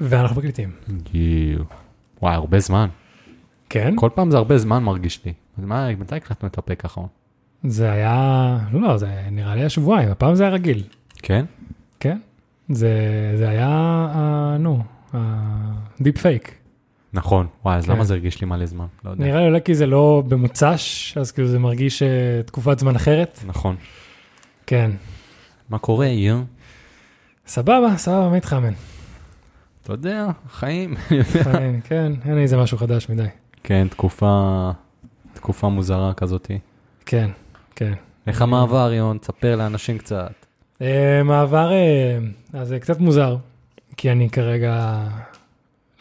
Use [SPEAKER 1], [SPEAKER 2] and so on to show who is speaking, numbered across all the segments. [SPEAKER 1] ואנחנו מקליטים.
[SPEAKER 2] יואו. כאילו, וואי, הרבה זמן.
[SPEAKER 1] כן?
[SPEAKER 2] כל פעם זה הרבה זמן מרגיש לי. אז מה, מתי הקלטנו את הפרק האחרון?
[SPEAKER 1] זה היה, לא, זה נראה לי היה שבועיים, הפעם זה היה רגיל,
[SPEAKER 2] כן?
[SPEAKER 1] כן? זה, זה היה, אה, נו, הדיפ פייק.
[SPEAKER 2] נכון. וואי, אז
[SPEAKER 1] כן.
[SPEAKER 2] למה זה הרגיש לי מלא זמן? לא יודע.
[SPEAKER 1] נראה לי אולי כי זה לא במוצ"ש, אז כאילו זה מרגיש אה, תקופת זמן אחרת.
[SPEAKER 2] נכון.
[SPEAKER 1] כן.
[SPEAKER 2] מה קורה, יא?
[SPEAKER 1] סבבה, סבבה, מה התחמם?
[SPEAKER 2] אתה יודע, חיים.
[SPEAKER 1] חיים, כן, אין לי איזה משהו חדש מדי.
[SPEAKER 2] כן, תקופה, תקופה מוזרה כזאתי.
[SPEAKER 1] כן, כן.
[SPEAKER 2] איך המעבר, יון? תספר לאנשים קצת.
[SPEAKER 1] אה, מעבר, אה, אז זה קצת מוזר, כי אני כרגע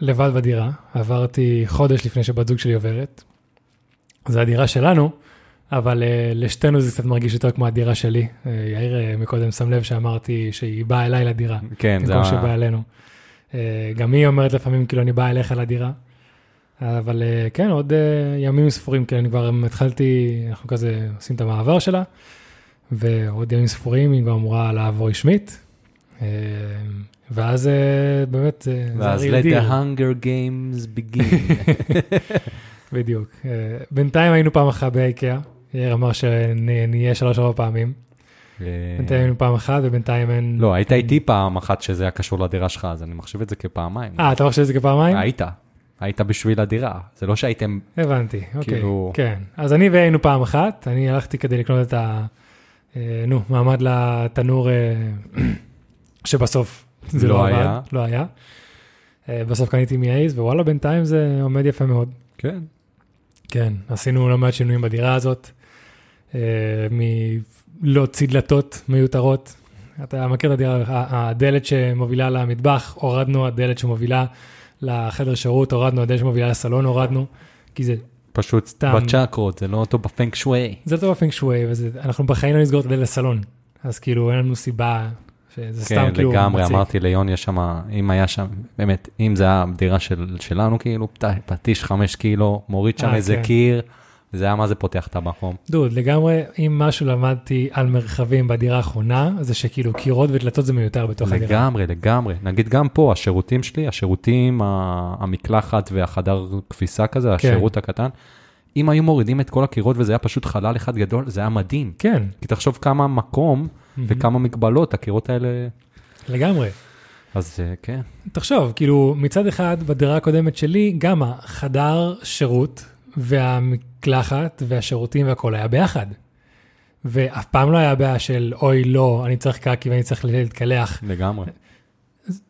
[SPEAKER 1] לבד בדירה, עברתי חודש לפני שבת זוג שלי עוברת. זו הדירה שלנו, אבל אה, לשתינו זה קצת מרגיש יותר כמו הדירה שלי. אה, יאיר אה, מקודם שם לב שאמרתי שהיא באה אליי לדירה,
[SPEAKER 2] כן, זה...
[SPEAKER 1] במקום
[SPEAKER 2] ה-
[SPEAKER 1] שבאה אלינו. אה, גם היא אומרת לפעמים כאילו אני באה אליך לדירה. אבל אה, כן, עוד אה, ימים ספורים, כי אני כבר אה, התחלתי, אנחנו כזה עושים את המעבר שלה, ועוד ימים ספורים היא כבר אמורה לעבור רשמית. אה, ואז אה, באמת, זה- זה
[SPEAKER 2] ואז אה?
[SPEAKER 1] הרי
[SPEAKER 2] let
[SPEAKER 1] דיל,
[SPEAKER 2] the hunger games begin.
[SPEAKER 1] בדיוק. אה, בינתיים היינו פעם אחת באיקאה, יאיר אמר שנהיה שלוש-ארבע פעמים.
[SPEAKER 2] אה,
[SPEAKER 1] בינתיים היינו פעם אחת, ובינתיים אין...
[SPEAKER 2] לא, היית איתי פעם אחת שזה היה קשור לדירה שלך, אז אני מחשיב את זה כפעמיים.
[SPEAKER 1] אה, אתה חושב שזה כפעמיים?
[SPEAKER 2] היית. היית בשביל הדירה. זה לא שהייתם
[SPEAKER 1] הבנתי, אוקיי,
[SPEAKER 2] כאילו-
[SPEAKER 1] כן. אז אני והיינו פעם אחת, אני הלכתי כדי לקנות את ה... אה, נו, מעמד לתנור אה, שבסוף זה לא,
[SPEAKER 2] לא
[SPEAKER 1] עבד,
[SPEAKER 2] היה.
[SPEAKER 1] לא היה. אה, בסוף קניתי מ-A's, ווואלה, בינתיים זה עומד יפה מאוד.
[SPEAKER 2] כן.
[SPEAKER 1] כן, עשינו לא מעט שינויים בדירה הזאת, אה, מלהוציא דלתות מיותרות. אתה מכיר את הדירה, ה- הדלת שמובילה למטבח, הורדנו, הדלת שמובילה לחדר שירות, הורדנו, הדלת שמובילה לסלון, הורדנו, כי זה
[SPEAKER 2] פשוט
[SPEAKER 1] סתם.
[SPEAKER 2] בצ'קרות, זה לא אותו בפנק שווי.
[SPEAKER 1] זה טוב בפינג שווי, ואנחנו בחיים לא נסגור את הדלת לסלון, אז כאילו אין לנו סיבה שזה סתם
[SPEAKER 2] כן,
[SPEAKER 1] כאילו
[SPEAKER 2] לגמרי,
[SPEAKER 1] מציק.
[SPEAKER 2] אמרתי ליון, יש שם, אם היה שם, באמת, אם זה היה דירה של, שלנו, כאילו, פת- פטיש חמש קילו, מוריד שם
[SPEAKER 1] אה,
[SPEAKER 2] איזה
[SPEAKER 1] כן.
[SPEAKER 2] קיר, זה היה מה זה פותח את המקום.
[SPEAKER 1] דוד, לגמרי, אם משהו למדתי על מרחבים בדירה האחרונה, זה שכאילו קירות ודלתות זה מיותר בתוך הדירה.
[SPEAKER 2] לגמרי, לגמרי. נגיד גם פה, השירותים שלי, השירותים, ה- המקלחת והחדר כביסה
[SPEAKER 1] כן.
[SPEAKER 2] כזה, השירות הקטן, אם היו מורידים את כל הקירות וזה היה פשוט חלל אחד גדול, זה היה מדהים.
[SPEAKER 1] כן,
[SPEAKER 2] כי תחשוב כמה מקום וכמה מגבלות הקירות האלה,
[SPEAKER 1] Mhm. לגמרי.
[SPEAKER 2] אז אה, כן.
[SPEAKER 1] תחשוב, כאילו, מצד אחד, בדירה הקודמת שלי, גם החדר שירות והמקלחת והשירותים והכל היה ביחד. ואף פעם לא היה בעיה של, אוי, לא, אני צריך קקי ואני צריך להתקלח,
[SPEAKER 2] לגמרי.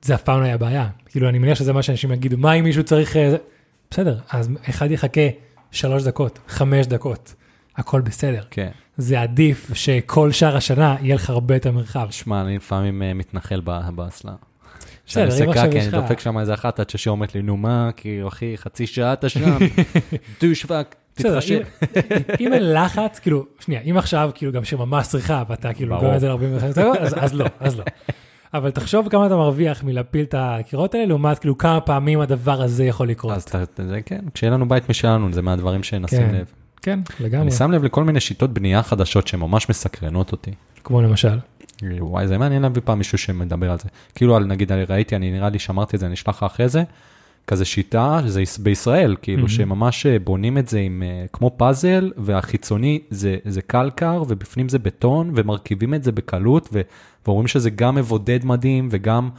[SPEAKER 1] זה אף פעם לא היה בעיה. כאילו, אני מניח שזה מה שאנשים יגידו, מה אם מישהו צריך... אה, זה?" בסדר, אז אחד יחכה שלוש דקות, חמש דקות, הכל בסדר.
[SPEAKER 2] כן.
[SPEAKER 1] זה עדיף שכל שאר השנה יהיה לך הרבה יותר מרחב.
[SPEAKER 2] שמע, אני לפעמים אה, מתנחל ב- באסלה. כשאני
[SPEAKER 1] בסדר,
[SPEAKER 2] עושה
[SPEAKER 1] אם עכשיו
[SPEAKER 2] קקי,
[SPEAKER 1] יש
[SPEAKER 2] אני
[SPEAKER 1] לך...
[SPEAKER 2] כן, דופק שם איזה אחת עד ששי אומרת לי, נו מה, כאילו אחי, חצי שעה אתה שם, דוש פאק,
[SPEAKER 1] בסדר,
[SPEAKER 2] תתחשב.
[SPEAKER 1] אם- אם אין לחץ, כאילו, שנייה, אם עכשיו, כאילו, גם שממש צריכה, ואתה כאילו
[SPEAKER 2] ברור.
[SPEAKER 1] גורם את זה ל-45 דקות, אז- אז לא, אז לא. אבל תחשוב כמה אתה מרוויח מלהפיל את הקירות האלה, לעומת כאילו כמה פעמים הדבר הזה יכול
[SPEAKER 2] אז
[SPEAKER 1] לקרות.
[SPEAKER 2] אתה- זה כן, כשיהיה לנו בית משלנו, זה מהדברים שנשים
[SPEAKER 1] כן,
[SPEAKER 2] לב.
[SPEAKER 1] כן, לגמרי.
[SPEAKER 2] אני שם לב לכל מיני שיטות בנייה חדשות שממש מסקרנות אותי.
[SPEAKER 1] כמו למשל.
[SPEAKER 2] וואי, זה מעניין להביא פעם מישהו שמדבר על זה. כאילו, על, נגיד, אני ראיתי, אני נראה לי שמרתי את זה, אני אשלח לך אחרי זה, כזה שיטה, זה יש- בישראל, כאילו,
[SPEAKER 1] מהמם.
[SPEAKER 2] שממש אה, בונים את זה עם, אה, כמו פאזל, והחיצוני זה, זה קלקר, ובפנים זה בטון, ומרכיבים את זה בקלות, ו, ואומרים שזה גם מבודד מדהים, וגם,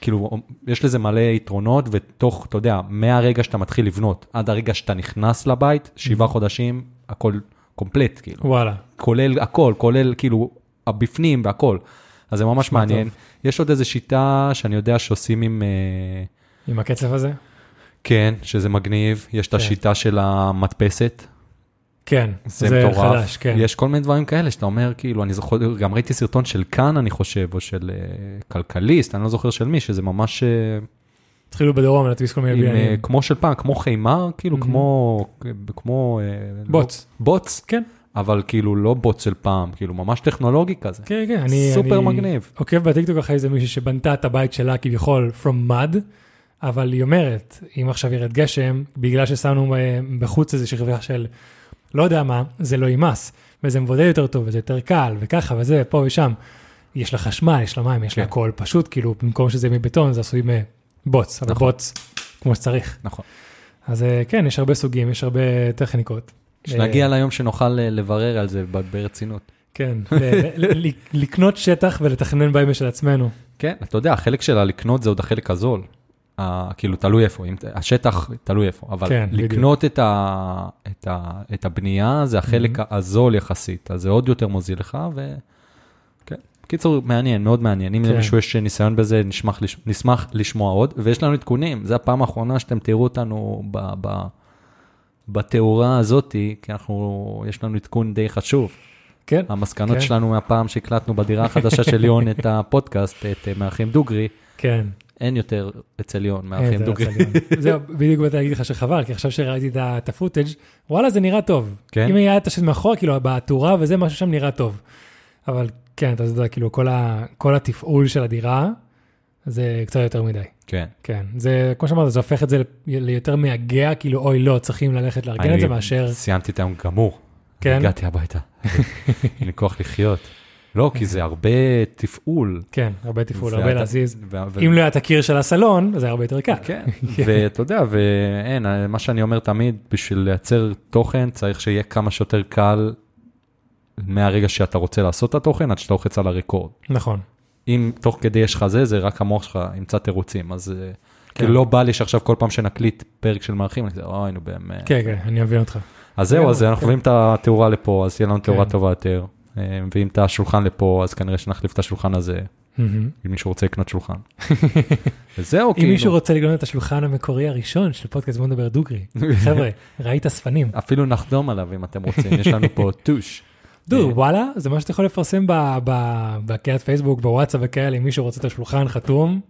[SPEAKER 2] כאילו, יש לזה מלא יתרונות, ותוך, אתה יודע, מהרגע שאתה מתחיל לבנות, עד הרגע שאתה נכנס לבית, שבעה חודשים, הכל קומפלט, כאילו.
[SPEAKER 1] וואלה.
[SPEAKER 2] כולל הכל, כולל כאילו הבפנים והכל. אז זה ממש
[SPEAKER 1] נשמע
[SPEAKER 2] מעניין.
[SPEAKER 1] טוב.
[SPEAKER 2] יש עוד איזו שיטה שאני יודע שעושים עם, אה,
[SPEAKER 1] עם הקצב הזה?
[SPEAKER 2] כן, שזה מגניב, יש את
[SPEAKER 1] כן.
[SPEAKER 2] השיטה של המדפסת,
[SPEAKER 1] כן,
[SPEAKER 2] זה,
[SPEAKER 1] זה,
[SPEAKER 2] מטורף.
[SPEAKER 1] חדש, כן.
[SPEAKER 2] יש כל מיני דברים כאלה שאתה אומר, כאילו, אני זוכר, גם ראיתי סרטון של כאן, אני חושב, או של אה, כלכליסט, אני לא זוכר של מי, שזה ממש, אה,
[SPEAKER 1] התחילו בדרום להדפיס כל מיני
[SPEAKER 2] עם, אה,
[SPEAKER 1] בניינים.
[SPEAKER 2] כמו של פעם, כמו חימר, כאילו,
[SPEAKER 1] Mhm.
[SPEAKER 2] כמו, כמו, אה,
[SPEAKER 1] בוץ.
[SPEAKER 2] לא- בוץ,
[SPEAKER 1] כן,
[SPEAKER 2] אבל כאילו לא בוץ של פעם, כאילו, ממש טכנולוגי כזה.
[SPEAKER 1] כן, כן. אני,
[SPEAKER 2] סופר
[SPEAKER 1] אני
[SPEAKER 2] מגניב.
[SPEAKER 1] עוקב בטיקטוק אחרי איזה מישהי שבנתה את הבית שלה כביכול from mud, אבל היא אומרת, אם עכשיו ירד גשם, בגלל ששמנו אה, בחוץ איזה שכבה של לא יודע מה, זה לא יימס, וזה מבודד יותר טוב, וזה יותר קל, וככה וזה, פה ושם. יש לה חשמל, יש לה מים, יש לה
[SPEAKER 2] כן.
[SPEAKER 1] הכל, פשוט כאילו, במקום שזה מבטון, זה עשוי בוץ, אבל
[SPEAKER 2] נכון.
[SPEAKER 1] בוץ כמו שצריך.
[SPEAKER 2] נכון.
[SPEAKER 1] אז אה, כן, יש הרבה סוגים, יש הרבה טכניקות.
[SPEAKER 2] כשנגיע
[SPEAKER 1] אה,
[SPEAKER 2] ליום שנוכל אה, לברר על זה ב- ברצינות.
[SPEAKER 1] כן, ל- ל- ל- לקנות שטח ולתכנן בימים של עצמנו.
[SPEAKER 2] כן, אתה יודע, החלק של הלקנות זה עוד החלק הזול. ה- כאילו, תלוי איפה, אם, ת- השטח תלוי איפה, אבל
[SPEAKER 1] כן,
[SPEAKER 2] כן,
[SPEAKER 1] בדיוק.
[SPEAKER 2] לקנות את, ה, את, ה, את הבנייה זה החלק
[SPEAKER 1] Mhm.
[SPEAKER 2] mm-hmm. הזול יחסית, אז זה עוד יותר מוזיל לך, ו... כן. קיצור, מעניין, מאוד מעניין. אם
[SPEAKER 1] כן.
[SPEAKER 2] למישהו יש ניסיון בזה, נשמח, לש- נשמח לשמוע עוד, ויש לנו עדכונים, זו הפעם האחרונה שאתם תראו אותנו ב, ב, בתאורה הזאתי, כי אנחנו, יש לנו עדכון די חשוב.
[SPEAKER 1] כן,
[SPEAKER 2] המסקנות
[SPEAKER 1] כן.
[SPEAKER 2] כן. שלנו מהפעם שהקלטנו בדירה החדשה של ליאון את הפודקאסט, את אה, מארחים דוגרי,
[SPEAKER 1] כן.
[SPEAKER 2] אין יותר אצל ליאון
[SPEAKER 1] אה,
[SPEAKER 2] מארחים
[SPEAKER 1] זה
[SPEAKER 2] דוגרי.
[SPEAKER 1] רצה להיות. זהו, בדיוק באתי להגיד לך שחבל, כי עכשיו שראיתי את ה- את הפוטאג', וואלה, זה נראה טוב.
[SPEAKER 2] כן?
[SPEAKER 1] אם היה את השט מאחורה, כאילו, בעטורה וזה, משהו שם נראה טוב. אבל כן, אתה יודע, כאילו, כל ה- כל התפעול של הדירה, זה קצת יותר מדי.
[SPEAKER 2] כן.
[SPEAKER 1] כן, זה, כמו שאמרת, זה הופך את זה ליותר מייגע, כאילו, אוי, לא, צריכים ללכת לארגן את זה,
[SPEAKER 2] אני
[SPEAKER 1] מאשר...
[SPEAKER 2] סיימתי את היום גמור,
[SPEAKER 1] כן,
[SPEAKER 2] הגעתי הביתה. אין לי כוח לחיות. לא, כי זה הרבה תפעול.
[SPEAKER 1] כן, הרבה תפעול,
[SPEAKER 2] זה
[SPEAKER 1] הרבה
[SPEAKER 2] אתה-
[SPEAKER 1] להזיז.
[SPEAKER 2] וה- ו-
[SPEAKER 1] אם לא היה את הקיר של הסלון, זה היה הרבה יותר קל.
[SPEAKER 2] כן, ואתה יודע, ואין, מה שאני אומר תמיד, בשביל לייצר תוכן צריך שיהיה כמה שיותר קל מהרגע שאתה רוצה לעשות את התוכן, עד שאתה לוחץ על הרקורד.
[SPEAKER 1] נכון,
[SPEAKER 2] אם תוך כדי יש לך זה, זה רק המוח שלך ימצא תירוצים, אז אה,
[SPEAKER 1] כן.
[SPEAKER 2] כאילו לא בא לי שעכשיו כל פעם שנקליט פרק של מארחים, אני כזה, אוי, נו באמת.
[SPEAKER 1] כן, כן, אני מבין אותך.
[SPEAKER 2] אז זהו, אז
[SPEAKER 1] כן.
[SPEAKER 2] אנחנו מביאים את התאורה לפה, אז תהיה לנו תאורה
[SPEAKER 1] כן.
[SPEAKER 2] טובה יותר. אה, מביאים את השולחן לפה, אז כנראה שנחליף את השולחן הזה,
[SPEAKER 1] מהמם.
[SPEAKER 2] אם מישהו רוצה לקנות שולחן. וזהו,
[SPEAKER 1] אם מישהו
[SPEAKER 2] כאילו,
[SPEAKER 1] רוצה לגנוב את השולחן המקורי הראשון של פודקאסט בוא נדבר דוגרי, חבר'ה, ראית ספנים.
[SPEAKER 2] אפילו נחתום עליו אם אתם רוצים, יש לנו פה טוש.
[SPEAKER 1] דו,
[SPEAKER 2] אה.
[SPEAKER 1] וואלה, זה מה שאתה יכול לפרסם ב- ב- בקהילת פייסבוק, בוואטסאפ וכאלה, אם מישהו רוצה את השולחן חתום,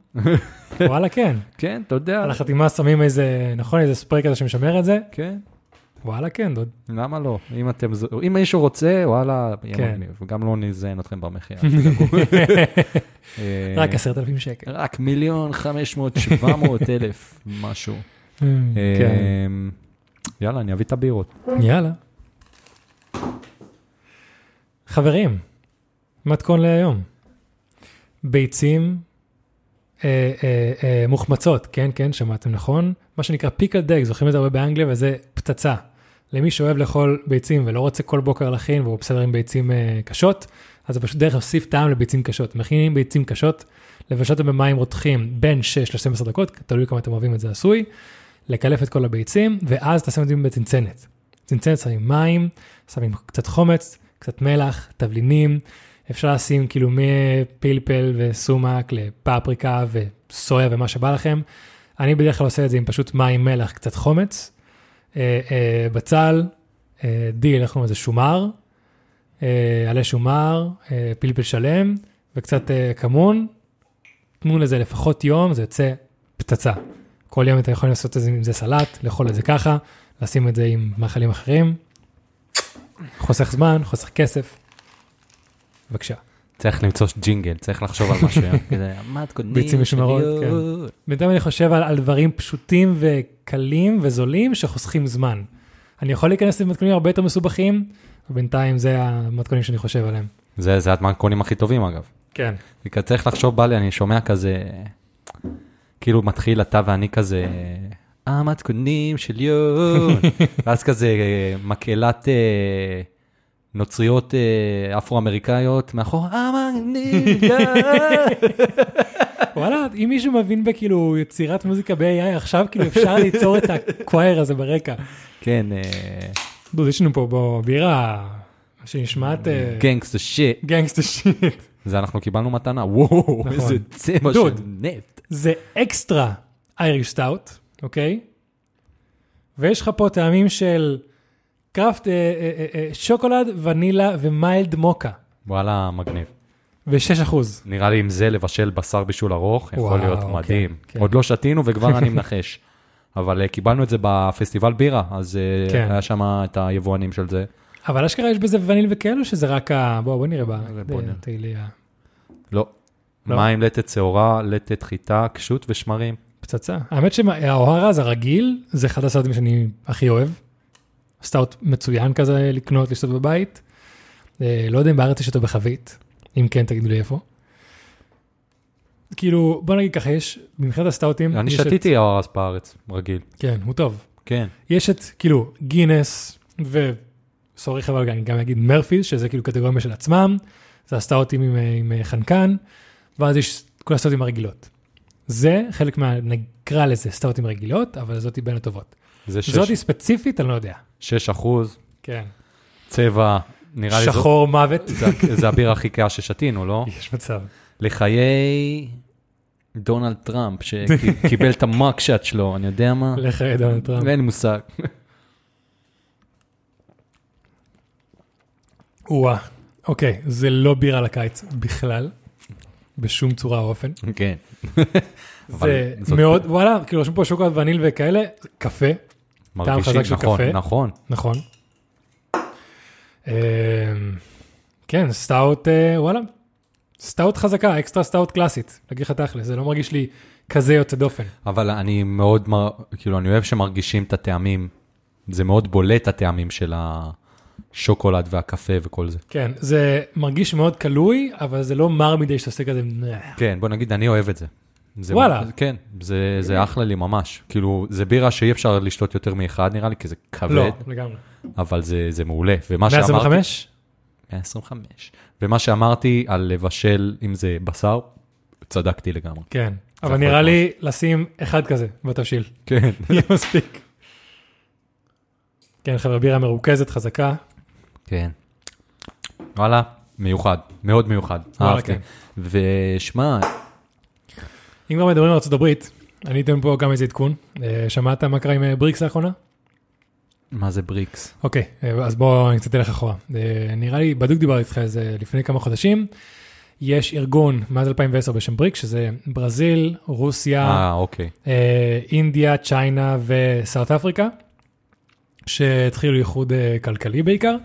[SPEAKER 1] וואלה כן.
[SPEAKER 2] כן, אתה יודע,
[SPEAKER 1] על החתימה שמים איזה, נכון, איזה ספרי כזה שמשמר את זה,
[SPEAKER 2] כן,
[SPEAKER 1] וואלה כן, דוד.
[SPEAKER 2] למה לא? אם אתם, זו- אם מישהו רוצה, וואלה,
[SPEAKER 1] כן.
[SPEAKER 2] יהיה מגניב, גם לא נזיין אתכם במחיר. אה,
[SPEAKER 1] רק עשרת אלפים שקל.
[SPEAKER 2] רק מיליון חמש מאות שבע מאות אלף משהו.
[SPEAKER 1] כן,
[SPEAKER 2] אמ, יאללה, אני אביא את הבירות.
[SPEAKER 1] יאללה. חברים, מתכון להיום. ביצים אה, אה, אה, מוחמצות, כן, כן, שמעתם נכון. מה שנקרא פיקל דג, זוכרים את זה הרבה באנגליה, וזה פצצה. למי שאוהב לאכול ביצים ולא רוצה כל בוקר להכין, והוא בסדר עם ביצים אה, קשות, אז זה פשוט דרך להוסיף טעם לביצים קשות. מכינים ביצים קשות, לבשל אותם במים רותחים בין 6 ל-12 דקות, תלוי כמה אתם אוהבים את זה עשוי, לקלף את כל הביצים, ואז תשים את זה בצנצנת. צנצנת שמים מים, שמים קצת חומץ, קצת מלח, תבלינים, אפשר לשים כאילו מפלפל וסומק לפפריקה וסויה ומה שבא לכם. אני בדרך כלל עושה את זה עם פשוט מים, מלח, קצת חומץ, אה, אה, בצל, אה, דיל, איך קוראים לזה? שומר, אה, עלי שומר, אה, פלפל שלם וקצת אה, כמון. תנו לזה לפחות יום, זה יוצא פצצה. כל יום אתם יכולים לעשות את זה עם זה סלט, לאכול את זה ככה, לשים את זה עם מאכלים אחרים. חוסך זמן, חוסך כסף. בבקשה.
[SPEAKER 2] צריך למצוא ג'ינגל, צריך לחשוב על משהו. כן. כזה, מתכונים
[SPEAKER 1] ביצים משומרות,
[SPEAKER 2] של יום."
[SPEAKER 1] בינתיים אני חושב על, על דברים פשוטים וקלים וזולים שחוסכים זמן. אני יכול להיכנס למתכונים הרבה יותר מסובכים, ובינתיים זה המתכונים שאני חושב עליהם.
[SPEAKER 2] זה זה המתכונים הכי טובים אגב.
[SPEAKER 1] כן.
[SPEAKER 2] וכזה צריך לחשוב, בא לי, אני שומע כזה, כאילו מתחיל אתה ואני כזה, המתכונים של יון, ואז כזה אה, מקהלת אה, נוצריות אה, אפרו-אמריקאיות מאחור, המתכונים של יון.
[SPEAKER 1] וואלה, אם מישהו מבין בכאילו יצירת מוזיקה ב-AI, עכשיו כאילו אפשר ליצור את הקווייר הזה ברקע.
[SPEAKER 2] כן, אה,
[SPEAKER 1] דוד, יש לנו פה בו בירה שנשמעת אה,
[SPEAKER 2] גנגסטר שיט.
[SPEAKER 1] גנגסטה שיט.
[SPEAKER 2] זה אנחנו קיבלנו מתנה, וואו,
[SPEAKER 1] נכון.
[SPEAKER 2] איזה צבע
[SPEAKER 1] דוד.
[SPEAKER 2] של נפט.
[SPEAKER 1] זה אקסטרה אייריש סטאוט, אוקיי? ויש לך פה טעמים של קראפט, אה, אה, אה, אה, שוקולד, ונילה ומיילד מוקה,
[SPEAKER 2] וואלה, מגניב.
[SPEAKER 1] ו-6 אחוז.
[SPEAKER 2] נראה לי עם זה לבשל בשר בישול ארוך, יכול
[SPEAKER 1] וואו,
[SPEAKER 2] להיות
[SPEAKER 1] כן,
[SPEAKER 2] מדהים.
[SPEAKER 1] כן.
[SPEAKER 2] עוד לא שתינו וכבר אני מנחש. אבל אה, קיבלנו את זה בפסטיבל בירה, אז אה,
[SPEAKER 1] כן.
[SPEAKER 2] היה שם את היבואנים של זה.
[SPEAKER 1] אבל אשכרה יש בזה וניל וכאלו, שזה רק ה... בוא, בוא נראה ב...
[SPEAKER 2] בוא נראה.
[SPEAKER 1] תהילי
[SPEAKER 2] לא.
[SPEAKER 1] לא?
[SPEAKER 2] מים, לתת שעורה, לתת חיטה, קשות ושמרים.
[SPEAKER 1] הפצצה. האמת שהאוהרז הרגיל, זה אחד הסרטים שאני הכי אוהב. סטאוט מצוין כזה לקנות, לשתות בבית. אה, לא יודע אם בארץ יש אותו בחבית, אם כן תגידו לי איפה. כאילו, בוא נגיד ככה, יש, מבחינת הסטאוטים,
[SPEAKER 2] אני
[SPEAKER 1] יש את-
[SPEAKER 2] שתיתי ארס בארץ, רגיל.
[SPEAKER 1] כן, הוא טוב.
[SPEAKER 2] כן.
[SPEAKER 1] יש את כאילו גינס וסורי חבל אני גם אגיד מרפיס שזה כאילו קטגוריה של עצמם זה הסטאוטים עם, אה, עם אה, חנקן ואז יש כל הסטאוטים הרגילות. זה חלק מה נקרא לזה סטאוטים רגילות אבל זאתי בין הטובות.
[SPEAKER 2] זה שש-
[SPEAKER 1] זאתי ספציפית אני לא יודע.
[SPEAKER 2] 6 אחוז,
[SPEAKER 1] כן.
[SPEAKER 2] צבע, נראה לי... זו-
[SPEAKER 1] שחור מוות.
[SPEAKER 2] זה- זה הבירה הכי קאה ששתינו, לא?
[SPEAKER 1] יש מצב.
[SPEAKER 2] לחיי דונלד טראמפ, שקיבל את המאקשט שלו, אני יודע מה.
[SPEAKER 1] לך אה, דונלד טראמפ.
[SPEAKER 2] אין לי מושג.
[SPEAKER 1] וואה. אוקיי זה לא בירה לקיץ בכלל. בשום צורה או אופן.
[SPEAKER 2] כן. אבל
[SPEAKER 1] זה
[SPEAKER 2] זאת-
[SPEAKER 1] מאוד וואלה כאילו רשום פה שוקולד וניל וכאלה קפה
[SPEAKER 2] מרגישים,
[SPEAKER 1] חזק של
[SPEAKER 2] נכון,
[SPEAKER 1] קפה.
[SPEAKER 2] נכון.
[SPEAKER 1] נכון. אמ, כן, סטאוט, אה, וואלה, סטאוט חזקה, אקסטרה סטאוט קלאסית, להגיד לך תכל'ס, זה לא מרגיש לי כזה יוצא דופן.
[SPEAKER 2] אבל אני מאוד, מר... כאילו, אני אוהב שמרגישים את הטעמים. זה מאוד בולט הטעמים של השוקולד והקפה וכל זה.
[SPEAKER 1] כן, זה מרגיש מאוד כלוי, אבל זה לא מר מדי שאתה עושה כזה, "נע".
[SPEAKER 2] כן, בוא נגיד, אני אוהב את זה. זה
[SPEAKER 1] וואלה.
[SPEAKER 2] כן, זה, זה אחלה לי ממש. כאילו, זה בירה שאי אפשר לשתות יותר מאחד, נראה לי, כי זה כבד,
[SPEAKER 1] לא, לגמרי.
[SPEAKER 2] אבל זה, זה מעולה. ומה שאמרתי...
[SPEAKER 1] 125?
[SPEAKER 2] 125. ומה שאמרתי על לבשל, אם זה בשר, צדקתי לגמרי.
[SPEAKER 1] כן, אבל
[SPEAKER 2] יכול
[SPEAKER 1] נראה
[SPEAKER 2] להיות
[SPEAKER 1] לי לשים אחד כזה בתבשיל,
[SPEAKER 2] כן.
[SPEAKER 1] יהיה מספיק. כן, חבר'ה, בירה מרוכזת, חזקה,
[SPEAKER 2] כן. וואלה, מיוחד, מאוד מיוחד.
[SPEAKER 1] וואלה,
[SPEAKER 2] אהבתי.
[SPEAKER 1] כן.
[SPEAKER 2] ושמע,
[SPEAKER 1] אם כבר מדברים על ארה"ב, אני אתן פה גם איזה עדכון. אה, שמעת מה קרה עם אה, בריקס לאחרונה?
[SPEAKER 2] מה זה בריקס?
[SPEAKER 1] אוקיי, אה, אז בואו אני קצת אלך אחורה. אה, נראה לי, בדיוק דיברתי איתך על זה לפני כמה חודשים. יש ארגון מאז 2010 בשם בריק, שזה ברזיל, רוסיה,
[SPEAKER 2] אה, אוקיי.
[SPEAKER 1] אה, אינדיה, צ'יינה וסארט אפריקה, שהתחילו איחוד אה, כלכלי בעיקר.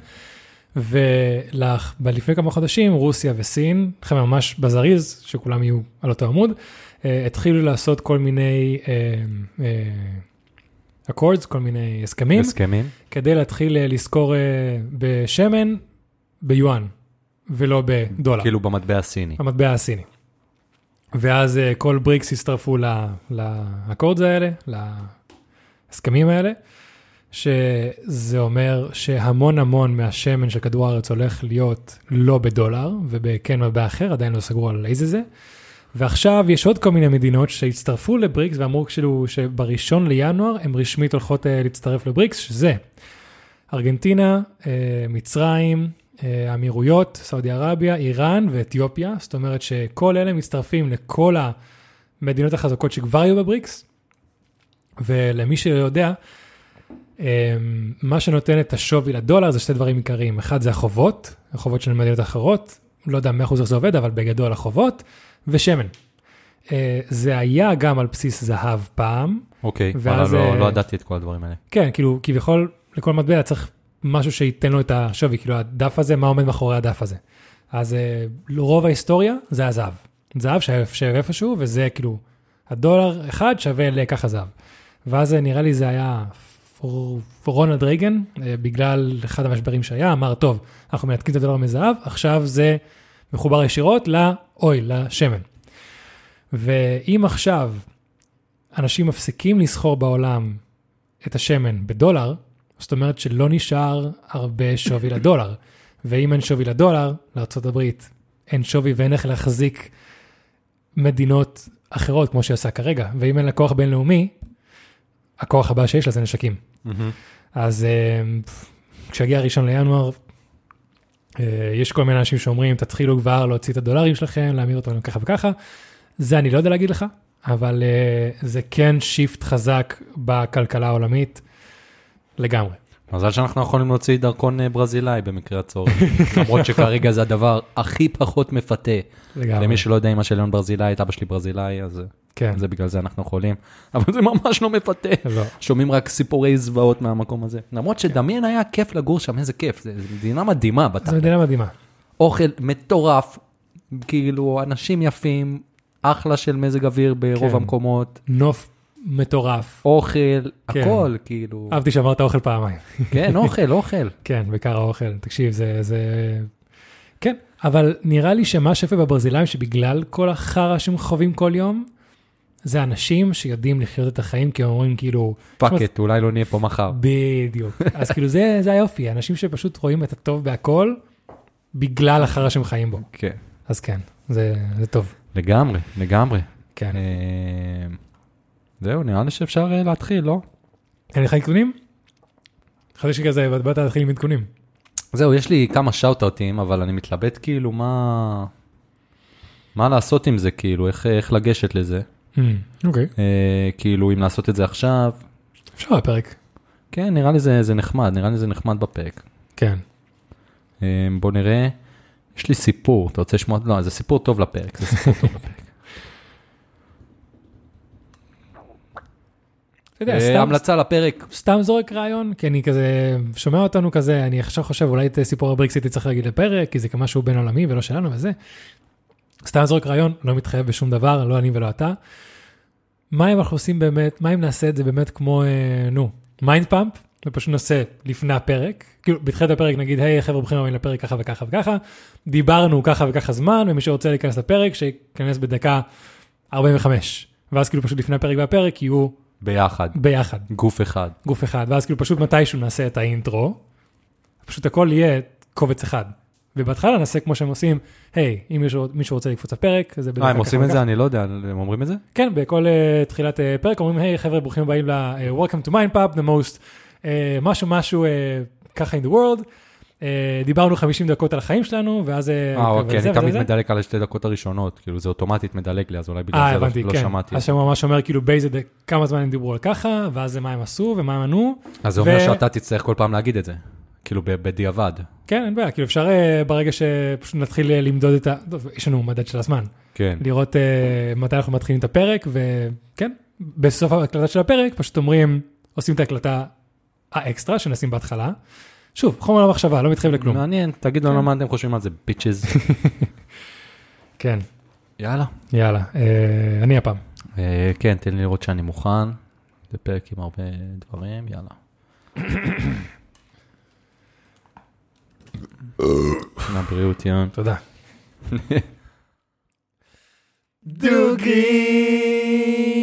[SPEAKER 1] ולפני כמה חודשים רוסיה וסין, חבר'ה ממש בזריז, שכולם יהיו על אותו עמוד, אה, התחילו לעשות כל מיני אקורדס, כל מיני הסכמים,
[SPEAKER 2] הסכמים?
[SPEAKER 1] כדי להתחיל אה, לזכור אה, בשמן ביואן, ולא בדולר,
[SPEAKER 2] כאילו במטבע הסיני.
[SPEAKER 1] המטבע הסיני. ואז אה, כל בריקס הצטרפו ל- לאקורדס האלה, להסכמים האלה, שזה אומר שהמון המון מהשמן של כדור הארץ הולך להיות לא בדולר, ובכן מטבע אחר, עדיין לא סגרו על איזה זה. ועכשיו יש עוד כל מיני מדינות שהצטרפו לבריקס ואמרו כאילו שבראשון לינואר הן רשמית הולכות אה, להצטרף לבריקס, שזה ארגנטינה, אה, מצרים, אה, האמירויות, סעודיה ערביה, איראן ואתיופיה, זאת אומרת שכל אלה מצטרפים לכל המדינות החזקות שכבר היו בבריקס. ולמי שלא יודע, אה, מה שנותן את השווי לדולר זה שתי דברים עיקריים. אחד זה החובות, החובות של מדינות אחרות, לא יודע 100% איך זה עובד, אבל בגדול החובות, ושמן. אה, זה היה גם על בסיס זהב פעם,
[SPEAKER 2] אוקיי, וואלה,
[SPEAKER 1] ואז,
[SPEAKER 2] לא-
[SPEAKER 1] אה,
[SPEAKER 2] לא ידעתי את כל הדברים האלה.
[SPEAKER 1] כן, כאילו, כביכול, לכל מטבע צריך משהו שייתן לו את השווי, כאילו, הדף הזה, מה עומד מאחורי הדף הזה. אז אה, רוב ההיסטוריה זה היה זהב. זהב שהיה שווה איפשהו, וזה כאילו, הדולר אחד שווה לככה זהב. ואז אה, נראה לי זה היה פור- רונלד רייגן, אה, בגלל אחד המשברים שהיה, אמר, טוב, אנחנו מנתקים את הדולר מזהב, עכשיו זה מחובר ישירות לאויל, לשמן. ואם עכשיו אנשים מפסיקים לסחור בעולם את השמן בדולר, זאת אומרת שלא נשאר הרבה שווי לדולר. ואם אין שווי לדולר, לארה"ב אין שווי ואין איך להחזיק מדינות אחרות כמו שהיא עושה כרגע. ואם אין לה כוח בינלאומי, הכוח הבא שיש לה זה נשקים.
[SPEAKER 2] מהמם.
[SPEAKER 1] אז אה, כשיגיע הראשון לינואר, אה, יש כל מיני אנשים שאומרים, תתחילו כבר להוציא את הדולרים שלכם, להמיר אותם ככה וככה. זה אני לא יודע להגיד לך, אבל אה, זה כן שיפט חזק בכלכלה העולמית לגמרי.
[SPEAKER 2] מזל שאנחנו יכולים להוציא דרכון אה, ברזילאי במקרה הצורך. למרות שכרגע זה הדבר הכי פחות מפתה.
[SPEAKER 1] לגמרי.
[SPEAKER 2] למי שלא יודע, אמא שלי היום ברזילאית, אבא שלי ברזילאי, אז אה,
[SPEAKER 1] כן.
[SPEAKER 2] זה בגלל זה אנחנו יכולים. אבל זה ממש לא מפתה.
[SPEAKER 1] לא.
[SPEAKER 2] שומעים רק סיפורי זוועות מהמקום הזה. למרות שדמיין היה כיף לגור שם, איזה כיף, זו מדינה מדהימה בתכל'ס.
[SPEAKER 1] זו מדינה מדהימה.
[SPEAKER 2] אוכל מטורף, כאילו אנשים יפים, אחלה של מזג אוויר ברוב
[SPEAKER 1] כן.
[SPEAKER 2] המקומות,
[SPEAKER 1] נוף מטורף.
[SPEAKER 2] אוכל,
[SPEAKER 1] כן.
[SPEAKER 2] הכל, כאילו,
[SPEAKER 1] אהבתי שאמרת אוכל פעמיים.
[SPEAKER 2] כן, אוכל, אוכל.
[SPEAKER 1] כן, בעיקר האוכל. תקשיב, זה... זה... כן, אבל נראה לי שמה שפי בברזילאים, שבגלל כל החרא שהם חווים כל יום, זה אנשים שיודעים לחיות את החיים, כי הם אומרים כאילו...
[SPEAKER 2] פאק את, אולי לא נהיה פה מחר.
[SPEAKER 1] בדיוק. אז כאילו זה, זה היופי, אנשים שפשוט רואים את הטוב בהכל, בגלל החרא שהם חיים בו.
[SPEAKER 2] כן.
[SPEAKER 1] אז כן, זה, זה טוב.
[SPEAKER 2] לגמרי, לגמרי.
[SPEAKER 1] כן.
[SPEAKER 2] אה, זהו, נראה לי שאפשר אה, להתחיל, לא?
[SPEAKER 1] אין לך עדכונים? חשבתי שכזה, באת באת להתחיל עם עדכונים.
[SPEAKER 2] זהו, יש לי כמה שאוט-אוטים, אבל אני מתלבט כאילו מה... מה לעשות עם זה, כאילו, איך, איך לגשת לזה.
[SPEAKER 1] אוקיי.
[SPEAKER 2] אה, כאילו, אם לעשות את זה עכשיו,
[SPEAKER 1] אפשר הפרק.
[SPEAKER 2] כן, נראה לי זה, זה נחמד, נראה לי זה נחמד בפרק.
[SPEAKER 1] כן.
[SPEAKER 2] אה, בוא נראה, יש לי סיפור, אתה רוצה לשמוע? לא, זה סיפור טוב לפרק, זה סיפור טוב לפרק.
[SPEAKER 1] אתה יודע,
[SPEAKER 2] אה,
[SPEAKER 1] סתם-
[SPEAKER 2] המלצה לפרק,
[SPEAKER 1] סתם זורק רעיון, כי אני כזה שומע אותנו כזה, אני עכשיו חושב אולי את סיפור הבריקסיט צריך להגיד לפרק, כי זה משהו בין עולמי ולא שלנו וזה. סתם זורק רעיון, לא מתחייב בשום דבר, לא אני ולא אתה. מה אם אנחנו עושים באמת, מה אם נעשה את זה באמת כמו, אה, נו, מיינד פאמפ, ופשוט נעשה לפני הפרק, כאילו בתחילת הפרק נגיד, היי חבר'ה ברוכים הבאים לפרק ככה וככה וככה, דיברנו ככה וככה זמן, ומי שרוצה להיכנס לפרק, שייכנס בדקה 45. ואז כאילו פשוט לפני הפרק והפרק יהיו
[SPEAKER 2] ביחד,
[SPEAKER 1] ביחד.
[SPEAKER 2] גוף אחד.
[SPEAKER 1] גוף אחד, ואז כאילו פשוט מתישהו נעשה את האינטרו, פשוט הכל יהיה קובץ אחד. ובהתחלה נעשה כמו שהם עושים, היי, אם מישהו, מישהו רוצה לקפוץ לפרק, זה בדרך
[SPEAKER 2] אה, הם
[SPEAKER 1] כלל
[SPEAKER 2] עושים
[SPEAKER 1] ככה
[SPEAKER 2] את
[SPEAKER 1] וככה."
[SPEAKER 2] זה? אני לא יודע, הם אומרים את זה?
[SPEAKER 1] כן, בכל uh, תחילת uh, פרק אומרים, היי חבר'ה, ברוכים הבאים ל-Welcome to Mindpub, the most uh, משהו משהו uh, ככה in the world. Uh, דיברנו 50 דקות על החיים שלנו, ואז...
[SPEAKER 2] אה, אוקיי, אני תמיד מדלג על השתי דקות הראשונות, כאילו זה אוטומטית מדלג לי, אז אולי
[SPEAKER 1] אה,
[SPEAKER 2] בגלל זה
[SPEAKER 1] הבנתי,
[SPEAKER 2] לא- לא
[SPEAKER 1] כן.
[SPEAKER 2] שמעתי.
[SPEAKER 1] אז שם הוא ממש אומר, כאילו, באיזה, דק- כמה זמן הם דיברו על ככה, ואז זה מה הם עשו ומה הם ענו.
[SPEAKER 2] אז זה אומר
[SPEAKER 1] ו-
[SPEAKER 2] שאתה תצטרך כל פעם להגיד את זה, כאילו ב- בדיעבד.
[SPEAKER 1] כן, אין בעיה, כאילו אפשר אה, ברגע שפשוט נתחיל אה, למדוד את ה... טוב, יש לנו מדד של הזמן,
[SPEAKER 2] כן.
[SPEAKER 1] לראות אה, מתי אנחנו מתחילים את הפרק, וכן, בסוף ההקלטה של הפרק פשוט אומרים, עושים את ההקלטה האקסטרה שנשים בהתחלה. שוב, חומר למחשבה, לא מתחייב לכלום.
[SPEAKER 2] מעניין, תגיד לנו מה אתם חושבים על זה, ביצ'ז.
[SPEAKER 1] כן,
[SPEAKER 2] יאללה.
[SPEAKER 1] יאללה, אה, אני הפעם.
[SPEAKER 2] אה, כן, תן לי לראות שאני מוכן. זה פרק עם הרבה דברים, יאללה. לבריאות, יאן.
[SPEAKER 1] תודה.
[SPEAKER 2] דוגרי!